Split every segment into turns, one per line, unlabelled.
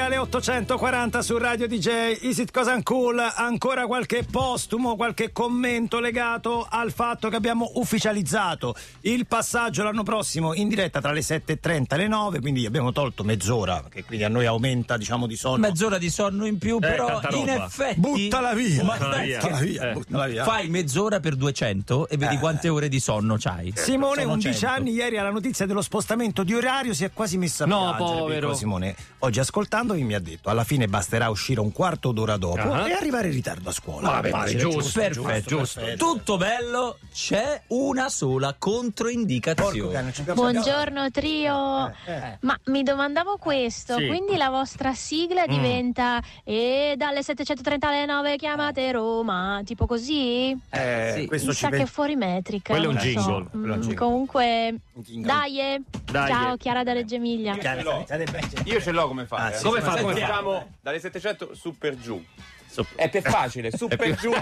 alle 840 su Radio DJ. Is it cosa cool? Ancora qualche postumo, qualche commento legato al fatto che abbiamo ufficializzato il passaggio l'anno prossimo in diretta tra le 7.30 e le 9, quindi abbiamo tolto mezz'ora, che quindi a noi aumenta diciamo di sonno.
Mezz'ora di sonno in più, però
tanta
in
roba.
effetti.
Buttala via!
Ma
Buttala
dai,
via.
che-
Buttala via,
Eh.
buttala via.
Fai mezz'ora per 200 e vedi
Eh.
quante ore di sonno c'hai.
Simone,
Sono
11
100.
anni, ieri alla notizia dello spostamento di orario si è quasi messa a
No,
piangere,
povero.
piccolo Simone, oggi ascoltandovi mi ha detto, alla fine basterà uscire un quarto d'ora dopo
Ah.
e arrivare in ritardo a scuola.
Vabbè, ma è
Facile,
giusto,
Perfetto,
giusto, perfetto.
Tutto bello, c'è una sola
Porco
controindicazione.
cane, ci abbiamo-
Buongiorno trio,
Eh, eh.
ma mi domandavo questo,
Sì.
quindi la vostra
Mm.
sigla diventa e dalle 730 alle 9 chiamate Roma, tipo così?
Eh,
Sì.
questo
Mi
ci
sa
ve-
che è fuori metrica.
Quello è un
non so.
jingle,
quello è un
Mm,
jingle.
Comunque,
Jingle.
dai, eh.
Dai,
ciao
eh.
Chiara da Reggio Emilia.
Chiara, state bene.
Io ce l'ho come fare.
Ah,
eh.
sì,
come
sì,
fa-
sì.
come
Sentiamo.
facciamo dalle 700 su per giù?
Su-
È più facile, su per giù.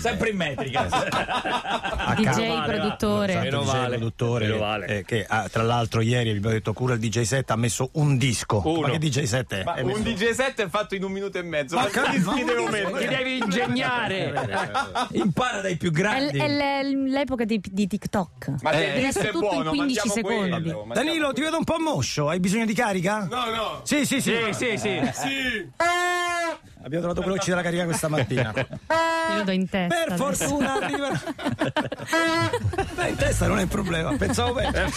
Sempre in metrica.
A
DJ
Cava-
produttore.
Esatto,
Meno
DJ
male.
produttore
Meno vale.
eh, che ah, tra l'altro ieri vi abbiamo detto cura il DJ set ha messo un disco.
Uno.
Ma che DJ set è?
Ma
È
un
messo-
DJ set è fatto in un minuto e mezzo.
Ma
Ma che
cazzo,
dischi devo
ma-
mettere?
Ti devi ingegnare.
Impara dai più
È,
grandi.
è l- l'epoca di, di TikTok.
Ma se
Eh.
il
Adesso
disco è
tutto in
buono,
15
mangiamo
secondi.
quello, mangiamo
Danilo, ti
quello.
vedo un po' moscio, hai bisogno di carica?
No, no.
Sì, sì, sì.
Sì, sì, sì.
Abbiamo trovato quello che ci dà la carica questa mattina.
Te lo do in testa.
per
adesso.
fortuna arriverà. Beh, in testa non è il problema, pensavo peggio.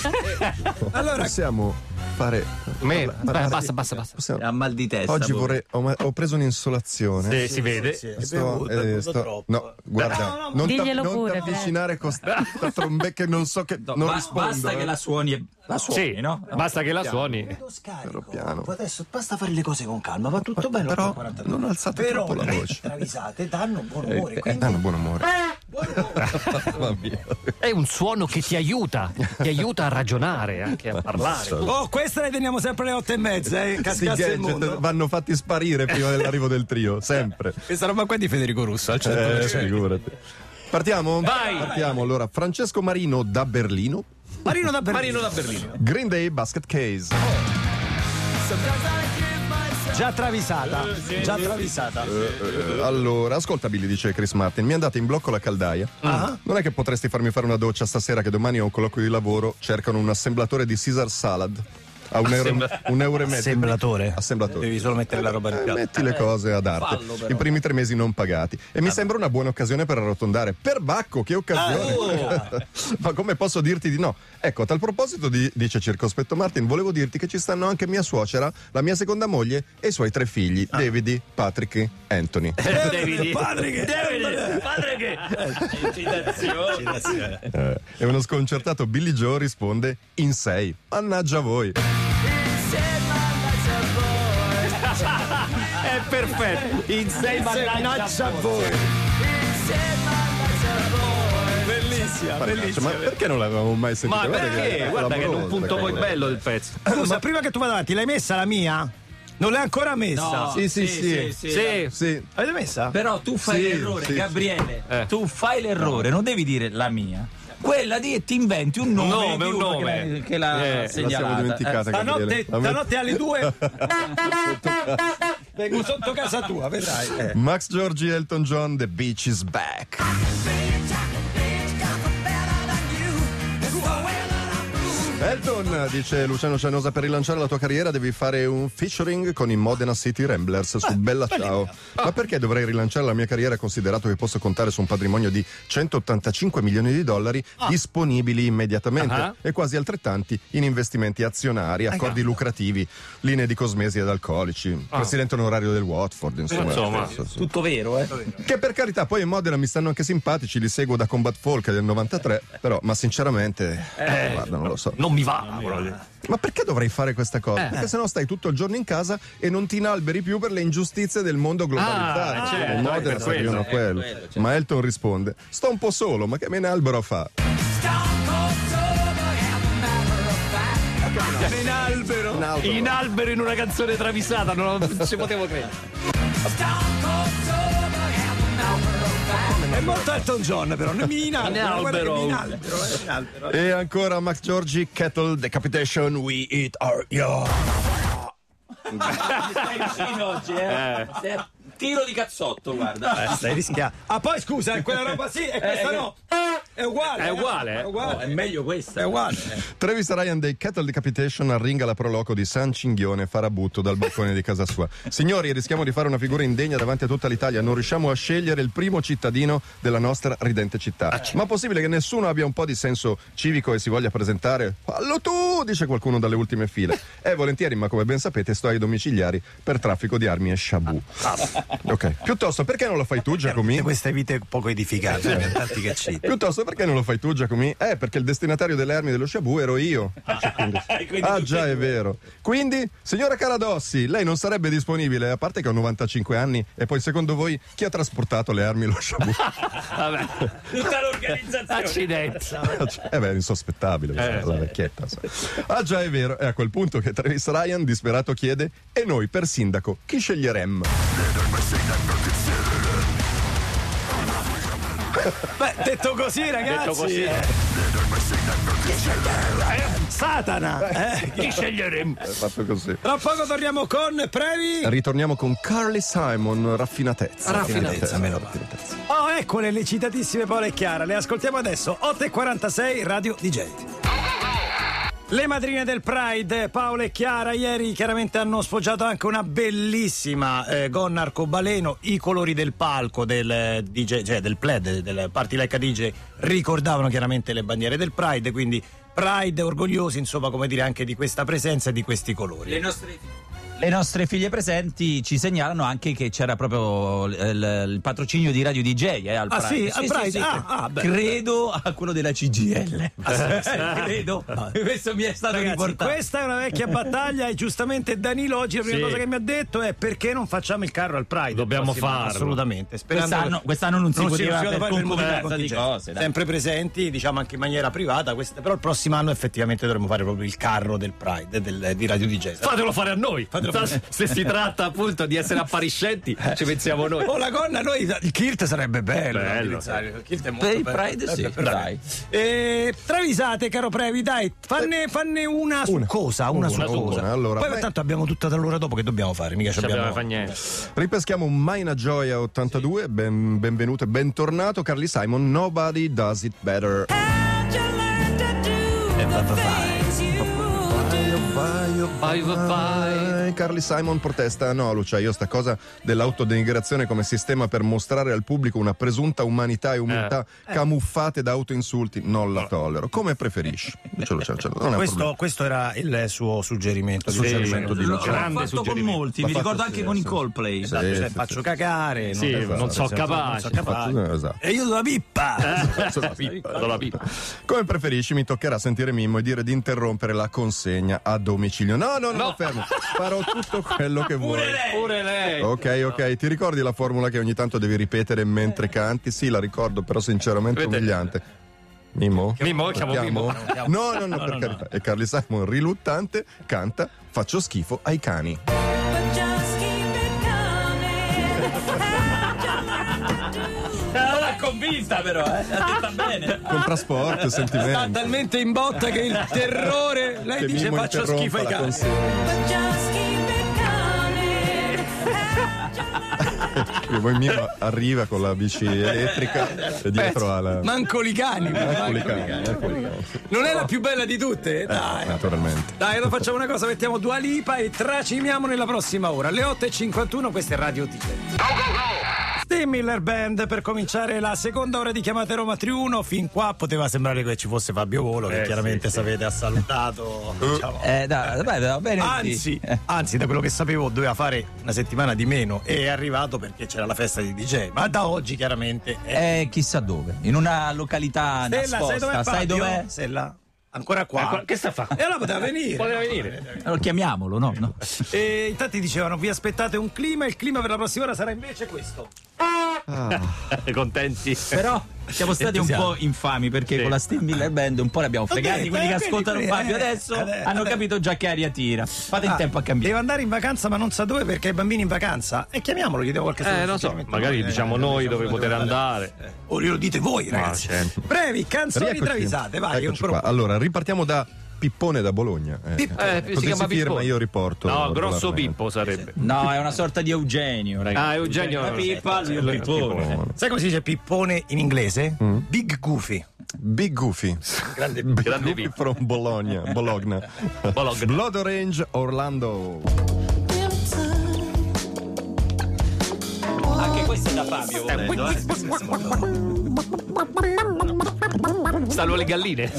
Allora,
Possiamo fare.
Me-
parla-
beh,
parlare-
basta, basta, basta.
possiamo-
Ha mal di testa.
Oggi
poi.
vorrei. Ho, ma- ho preso un'insolazione.
Sì, si vede.
sì, è
Sto-
bevuto,
eh,
è bevuto
sto-
troppo.
no, guarda,
No, no,
non ti
diglielo pure, Fred.
avvicinare con sta sta trombetta che non so che.
No,
non
ba-
rispondo.
basta
eh.
che la suoni e la suoni,
Sì,
no?
basta che la suoni.
Lo scarico.
Però piano.
Adesso basta fare le cose con calma, va tutto bello.
però
8.42.
non alzate
però
troppo la
le
voce.
Travisate danno buon
Eh,
umore,
eh,
quindi
danno buon umore. Va via.
È un suono che ti aiuta, ti aiuta a ragionare, anche a parlare.
Oh, questa le teniamo sempre alle otto e mezza, eh, cascasse
Questi
il
gadget
certo.
mondo.
vanno fatti sparire prima dell'arrivo del trio, sempre.
Eh,
Questa roba qua è di Federico Russo, al
certo,
Eh,
100%.
figurati. Partiamo?
Vai!
Partiamo allora. Francesco Marino da Berlino.
Marino da Berlino.
Marino da Berlino.
Green Day Basket Case.
Già
Eh,
travisata, già travisata.
Eh, Allora, ascolta Billy, dice Chris Martin, mi è andata in blocco la caldaia.
Ah.
Non è che potresti farmi fare una doccia stasera che domani ho un colloquio di lavoro, cercano un assemblatore di Caesar Salad. A un euro, un euro e mezzo.
Assemblatore.
Assemblatore.
Devi solo mettere la roba in
Eh,
piatto.
metti le cose ad arte.
fallo, però.
I primi tre mesi non pagati. E mi sembra una buona occasione per arrotondare. Per Bacco, che occasione!
Ah, oh.
Ma come posso dirti di no? Ecco, a tal proposito, di- dice Circospetto Martin, volevo dirti che ci stanno anche mia suocera, la mia seconda moglie e i suoi tre figli,
Ah.
Davidi, Patrick e Anthony.
Davide, padre che...
Davide, padre che...
Eh, e uno sconcertato Billy Joe risponde in sei. Mannaggia voi.
È perfetto. In sei mannaggia.
Bellissima,
Mannaggia,
bellissima.
ma perché non l'avevamo mai sentita?
Ma perché? Guarda che è un punto poi bello del pezzo.
Scusa, prima che tu vada avanti, l'hai messa la mia? Non l'hai ancora messa?
Sì, sì, sì.
Sì.
Sì,
Avete messa?
Però tu fai
Sì,
l'errore,
sì, sì.
Gabriele.
Eh.
Tu fai l'errore, non devi dire la mia. Quella di ti inventi un nome,
nome,
di
un
uno che
nome.
la- che la,
Eh, la
la siamo
segnalata. Eh,
dimenticata. Gabriele.
Stanotte,
La met-
stanotte alle due vengo sotto casa tua, vedrai.
Eh,
Max Giorgi Elton John, The Beach is Back. Elton, dice Luciano Cianosa, per rilanciare la tua carriera devi fare un featuring con i Modena City Ramblers su Bella Ciao. Ma perché dovrei rilanciare la mia carriera considerato che posso contare su un patrimonio di 185 milioni di dollari disponibili immediatamente
Ah.
e quasi altrettanti in investimenti azionari, accordi lucrativi, linee di cosmesi ed alcolici, presidente onorario del Watford, insomma.
Insomma.
Sì, Certo, sì.
Tutto vero, eh?
Che per carità, poi in Modena mi stanno anche simpatici, li seguo da Combat Folk del 93, però, ma sinceramente, Eh, guarda, non lo so.
Eh, Non mi va. proprio.
Ma perché dovrei fare questa
Eh.
cosa? Perché sennò stai tutto il giorno in casa e non ti inalberi più per le ingiustizie del mondo globalizzato.
Ah, certo,
In
è
Modena
per certo.
servivano a quello. Ma Elton risponde: Sto un po' solo, ma che me ne albero a fa?
In albero. In albero in una canzone travisata, non ci potevo credere.
È molto Elton John, però. Non mi in albero, guarda che
albero.
mi in albero. eh, in albero.
E ancora Max Giorgi, Kettle Decapitation, We Eat Our Yo.
Stai vicino oggi, eh. Sei- Tiro di cazzotto, guarda.
Eh,
Stai rischiando. Ah, poi scusa, quella roba sì e questa no. È uguale.
È uguale, eh.
È uguale.
Oh, è meglio questa.
È uguale.
Travis Ryan dei Cattle Decapitation arringa la proloco di San Cinghione Farabutto dal balcone di casa sua. Signori, rischiamo di fare una figura indegna davanti a tutta l'Italia. Non riusciamo a scegliere il primo cittadino della nostra ridente città. Ma possibile che nessuno abbia un po' di senso civico e si voglia presentare? Fallo tu, dice qualcuno dalle ultime file. Eh, volentieri, ma come ben sapete, sto ai domiciliari per traffico di armi e sciabù. Ok. Piuttosto, perché non lo fai tu, Giacomini?
Queste vite poco edificanti, ne abbiamo tanti che ci.
Piuttosto, perché non lo fai tu, Giacomi? Eh, perché il destinatario delle armi dello Shabu ero io. Dice, quindi- ah, già, è vero. Quindi, signora Caradossi, lei non sarebbe disponibile, a parte che ho 95 anni, e poi secondo voi chi ha trasportato le armi allo Shabu? Eh,
Vabbè.
Tutta l'organizzazione.
Accidenti.
eh beh, è insospettabile, la vecchietta. sai. Ah, già, è vero. È a quel punto che Travis Ryan, disperato, chiede: E noi, per sindaco, chi sceglieremmo?
Beh, detto così, ragazzi.
Detto così.
eh, Satana. Eh.
Chi sceglieremo?
È fatto così.
Tra poco torniamo con Previ.
Ritorniamo con Carly Simon, raffinatezza.
Raffinatezza, meno male.
Raffinatezza.
Oh, eccole le citatissime Paola e Chiara. Le ascoltiamo adesso. 8.46 Radio DJ. Le madrine del Pride, Paola e Chiara, ieri chiaramente hanno sfoggiato anche una bellissima eh, gonna arcobaleno. I colori del palco del eh, DJ, cioè del pled, del Party Like a DJ, ricordavano chiaramente le bandiere del Pride. Quindi Pride orgogliosi, insomma, come dire, anche di questa presenza e di questi colori.
Le nostre... figlie presenti ci segnalano anche che c'era proprio l- eh, l- il patrocinio di Radio DJ eh, al
Ah,
Pride.
sì? Al Pride? Ah, ah, beh. Ah,
Credo a quello della CGL. Credo. Questo mi è stato
Ragazzi,
riportato.
questa è una vecchia battaglia e giustamente Danilo oggi la prima
Sì.
cosa che mi ha detto è perché non facciamo il carro al Pride.
Dobbiamo
Prossimo anno,
farlo.
Assolutamente. Sperando
Quest'anno,
che-
quest'anno non si
non si
poteva
riusciva
per
fare per motivi
concomitanza di
contingenti.
cose. dai.
Sempre presenti, diciamo anche in maniera privata, queste- però il prossimo anno effettivamente dovremo fare proprio il carro del Pride eh, del- di Radio DJ.
Fatelo fare a noi.
Fatelo fare.
Se si tratta appunto di essere appariscenti, ci pensiamo noi.
Oh, la gonna, noi il kilt sarebbe bello, da
Bello.
utilizzare. Il kilt è molto
Per il
bello.
Pride sì,
Eh, per-
dai.
Eh, travisate, caro Previ, dai, fanne, fanne una, su cosa, una, su
Una,
cosa.
una, allora.
Poi
Beh-
tanto abbiamo tutta dall'ora dopo che dobbiamo fare, mica ci
Non
abbiamo.
sapeva fa niente.
Ripeschiamo un Maina Gioia 82, ben- benvenuto e bentornato Carly Simon, Nobody Does It Better.
Vai, vai, vai.
Eh, Carly Simon protesta, no Lucia, io sta cosa dell'autodenigrazione come sistema per mostrare al pubblico una presunta umanità e umiltà camuffate da autoinsulti, non la tollero, come preferisci. Dice Lucia, cioè, non è un problema.
Questo, questo era il suo suggerimento.
Sì, suggerimento di
L'ho
Lucia.
grande
fatto con
suggerimento.
molti,
L'ha
mi
fatto
ricordo anche
sì,
con i
sì.
Coldplay.
Sì,
Esatto, cioè,
sì,
faccio
sì.
cagare.
Sì,
esatto,
non so
esatto,
capace.
non so capace.
Esatto, esatto.
E io la pippa.
La pippa.
Come preferisci, mi toccherà sentire Mimmo e dire di interrompere la consegna a domicilio. No, no, no, fermo. Farò tutto quello che vuoi.
Eh.
Pure lei.
Ok, ok, ti ricordi la formula che ogni tanto devi ripetere mentre canti? Sì, la ricordo, però sinceramente
Vedete.
umiliante. Mimmo?
Mimmo, chiamo Mimmo.
Eh,
No, no, no, per carità. E Carly Simon, riluttante, canta Faccio schifo ai cani.
Non l'ha convinta però, eh. L'ha detta bene.
Ah.
Con trasporto e sentimento.
Talmente in botta che il terrore. Lei
Che
dice
Mimmo
faccio
interrompa
schifo ai
la
cani.
consegna. E poi Mimmo arriva con la bici elettrica e dietro alla...
Mancoli cani.
Eccoli cani, eccoli cani.
Non è la più bella di tutte? Dai.
Naturalmente.
Dai, allora facciamo una cosa, mettiamo Dua Lipa e tracimiamo nella prossima ora. Alle 8.51 questa è Radio Ticket. Steve Miller Band per cominciare la seconda ora di chiamate Roma Triuno. Fin qua poteva sembrare che ci fosse Fabio Volo, che
Eh,
chiaramente sapete ha salutato. diciamo.
Eh, dai, dai, va bene. Eh,
Anzi, anzi, da quello che sapevo doveva fare una settimana di meno e è arrivato perché c'era la festa di DJ. Ma da oggi chiaramente è...
Eh, chissà dove, in una località
Stella, sai dov'è
nascosta, Eh, sai
Fabio?
dov'è?
Stella, ancora qua.
Ecco, Che sta a fare?
E allora poteva venire.
Poteva venire.
Allora chiamiamolo, no? no.
E intanto dicevano vi aspettate un clima, il clima per la prossima ora sarà invece questo.
Eh, Contenti.
Eh,
Però siamo stati un po' infami perché
Sì.
con la Steve Miller Band un po' l'abbiamo fregati.
detto,
Quelli
eh,
che
vedi,
ascoltano
quelli-
Fabio
eh,
adesso
vabbè,
hanno
vabbè.
capito già che aria tira. Fate in
Ah,
tempo a cambiare.
Deve andare in vacanza ma non sa dove perché i bambini in vacanza. E chiamiamolo, gli devo qualche
Eh, non so,
suggerimento.
magari
Eh,
diciamo
eh,
noi
diciamo
dove poter andare.
O glielo dite voi, ragazzi.
certo.
Brevi, canzoni
Rieccoci.
travisate, vai.
Eccoci
un pro-
qua. Allora, ripartiamo da Pippone da Bologna. Eh,
Eh, si
così
chiama
firma,
Pippo.
io riporto.
eh,
No, grosso
regolarmente.
Pippo sarebbe.
No, è una sorta di Eugenio,
Eh,
ragazzi.
Ah, Eugenio.
La pippa, lui è il
Allora,
pippone.
Pippone.
Sai come si dice pippone in inglese?
Mm.
Big Goofy.
Big Goofy. Grande, Big
Grande
Goofy
Pippo.
from Bologna. Bologna.
Bologna.
Blood Orange Orlando.
Anche questo è da Fabio, volendo, eh.
Stanno le galline.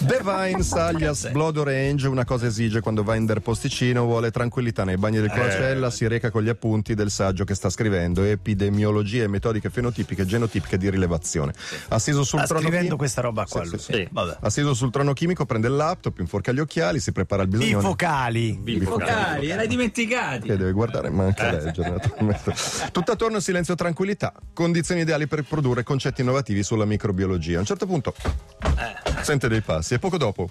Divine Saglias Blood Orange, una cosa esige quando va in der posticino, vuole tranquillità nei bagni
Eh,
del Crocella, si reca con gli appunti del saggio che sta scrivendo, epidemiologie e metodiche fenotipiche e genotipiche di rilevazione. Assiso sul
Sta
trono
scrivendo
chi-
questa roba qua.
Sì,
lui.
sì,
sì.
Vabbè.
Assiso sul trono chimico prende il laptop, inforca gli occhiali, si prepara al
I
bisogno.
vocali.
Vocali, l'hai dimenticati.
Che deve guardare, ma anche
Eh.
leggere. naturalmente. Tutto attorno a silenzio e tranquillità, condizioni ideali per produrre concetti innovativi sulla microbiologia. A un certo punto
Eh.
sente dei passi e poco dopo,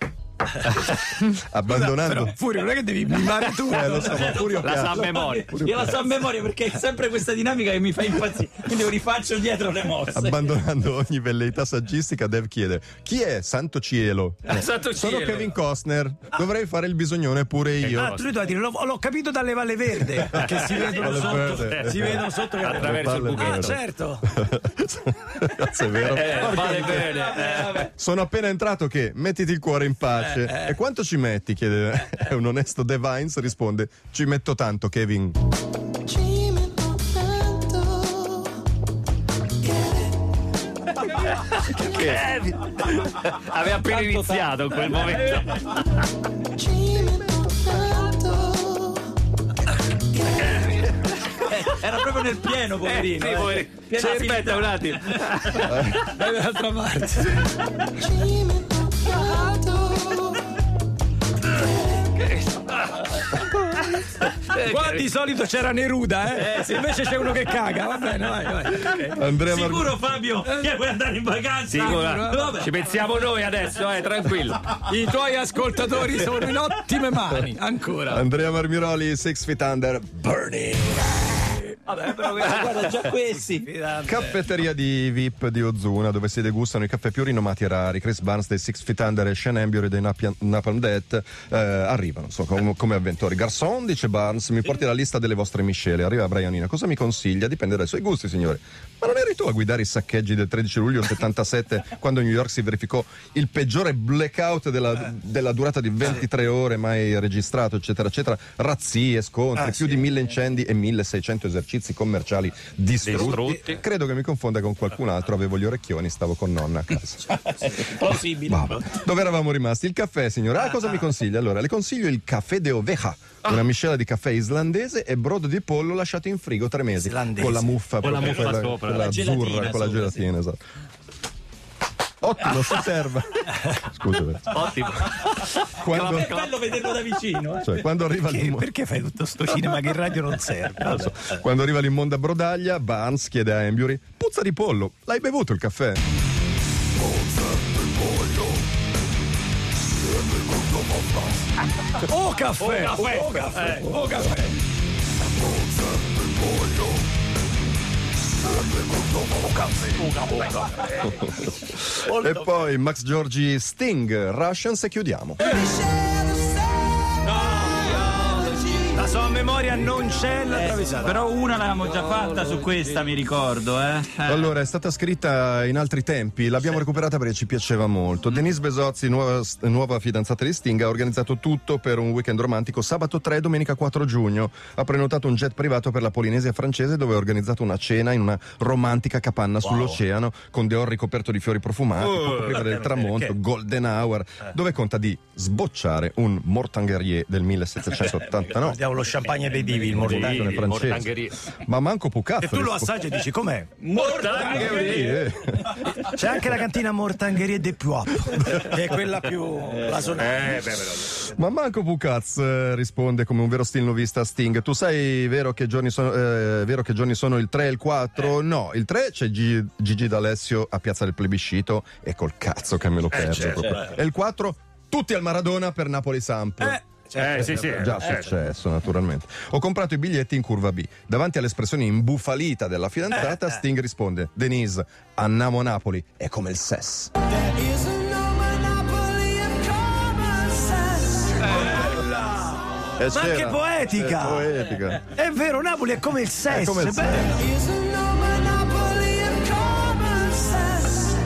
abbandonando.
Però, Furio, non è che devi mimare tu.
Eh, lo so, ma Furio
La sa a
cazzo.
memoria.
Io la so a memoria perché è sempre questa dinamica che mi fa impazzire. Quindi io rifaccio dietro le mosse.
Abbandonando ogni velleità saggistica, Dev chiede: Chi è Santo Cielo? Eh,
Santo
Sono
cielo. Ah.
Kevin Costner. Dovrei fare il bisognone pure io.
Ah, tu doveva dire, l'ho, l'ho capito dalle Valle Verde. Che si vedono
Valle Verde.
sotto. si vedono sotto che-
Attraverso il
Valle
Ah,
buchino.
Verde.
certo.
Cazzo, è vero.
Eh, vale bene.
Eh, vabbè.
Sono appena entrato che mettiti il cuore in pace. E quanto ci metti? chiede e un onesto Devines risponde: Ci metto tanto, Kevin.
Eh, Aveva appena iniziato in quel
Eh,
momento.
Era proprio nel pieno, poverino.
Sì,
eh.
poi-
Piena
Sì,
fila.
aspetta un attimo.
Dai dall'altra parte.
Eh,
Qua di solito c'era Neruda, eh. Se invece c'è uno che caga, va bene, vai, vai.
Andrea Mar-
Sicuro Fabio che vuoi andare in vacanza? eh.
Sì, guarda,
Vabbè.
Ci pensiamo noi adesso, eh, tranquillo.
I tuoi ascoltatori sono in ottime mani, ancora.
Andrea Marmiroli, Six Feet Under, Burning.
Vabbè, però questi, guarda, già questi.
Caffetteria di VIP di Ozuna, dove si degustano i caffè più rinomati e rari. Chris Barnes dei Six Feet Under e Shane Embury dei Napia- Napalm Death eh, arrivano so, com- come avventori. Garçon, dice Barnes, mi porti la lista delle vostre miscele. Arriva Brianina, cosa mi consiglia? Dipende dai suoi gusti, signore. Ma non eri tu a guidare i saccheggi del 13 luglio 77 quando a New York si verificò il peggiore blackout della, della durata di 23 ore mai registrato, eccetera, eccetera. Razzie, scontri, più di 1000 incendi e 1600 esercizi commerciali distrutti.
Distrutti.
Credo che mi confonda con qualcun altro, avevo gli orecchioni, stavo con nonna a casa.
Plausibile.
Vabbè. Dove eravamo rimasti? Il caffè, signora. Ah, cosa mi consiglia? Allora, le consiglio il caffè de oveja, una miscela di caffè islandese e brodo di pollo lasciato in frigo tre mesi.
Islandese.
Con la muffa,
Con la
proprio
muffa
quella,
sopra.
quella
La gelatina
azzurra, con
sopra,
la
sì.
gelatina, esatto. Ottimo, si serva. Scusami.
Ottimo.
Quando,
È Eh, bello vederlo da vicino. eh.
cioè, quando arriva
Perché,
l'umo-
perché fai tutto sto cinema che in radio non serve? Vabbè.
Quando arriva l'immonda brodaglia, Barnes chiede a Embury: Puzza di pollo, l'hai bevuto il caffè?
Oh caffè! Oh,
caffè.
caffè! Oh caffè!
E poi Max Giorgi Sting, Russians e chiudiamo.
Eh. La sua memoria non c'è la
Eh,
travesata.
Però una l'avevamo già fatta su questa, mi ricordo, eh. Eh.
Allora, è stata scritta in altri tempi, l'abbiamo recuperata perché ci piaceva
Mm.
molto. Denise Besozzi, nuova, nuova fidanzata di Sting, ha organizzato tutto per un weekend romantico sabato 3 e domenica 4 giugno. Ha prenotato un jet privato per la Polinesia francese dove ha organizzato una cena in una romantica capanna sull'oceano con Dior ricoperto di fiori profumati,
Oh,
poco prima del tramonto, Golden Hour,
Eh.
dove conta di sbocciare un Mortanguerier del 1789.
Guardiamo lo champagne dei divi, il
Eh,
Mortangheri.
mortale.
francese.
Mortangheria.
Ma manco Pucazzo.
E tu lo
rispo-
assaggi e dici com'è?
Mortangheria.
Eh,
C'è anche la cantina Mortangherie de più up, che è quella più
Eh, beh, però.
Ma Manco Pucaz eh, risponde come un vero stilnovista a Sting. Tu sai vero che giorni sono, eh, vero che giorni sono il 3 e il 4? No, il 3 c'è Gigi, Gigi D'Alessio a Piazza del Plebiscito e col cazzo che me lo perdo proprio. E il 4 tutti al Maradona per Napoli-Samp.
Eh,
Certo,
Eh, sì, sì.
Già
eh,
successo, naturalmente. Ho comprato i biglietti in curva B. Davanti all'espressione imbufalita della fidanzata, Sting risponde: Denise, annamo Napoli, è come il SES.
There is no monopoly of commerce.
Eh,
Ma che
c'era.
poetica!
Eh, poetica.
È vero, Napoli è come il sesso.
È come il
bello.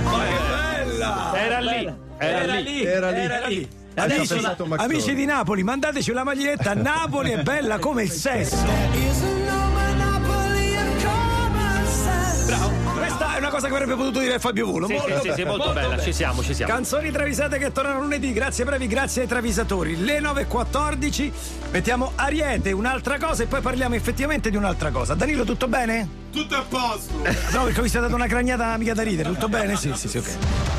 Ma che bella!
Era lì. Era lì.
Era lì. Adesso
Amici,
ho pensato Max
amici
Torri.
di Napoli, mandateci la maglietta. Napoli è bella come il sesso. Bravo. Questa è una cosa che avrebbe potuto dire Fabio Volo.
Sì, sì,
Molto
sì, sì, molto bella. Ci siamo, ci siamo.
Canzoni travisate che tornano lunedì, grazie bravi, grazie ai travisatori. Le 9.14, mettiamo Ariete, un'altra cosa e poi parliamo effettivamente di un'altra cosa. Danilo, tutto bene?
Tutto a posto.
No, perché mi si è data una cragnata mica da ridere, tutto bene? Sì, sì, sì, ok.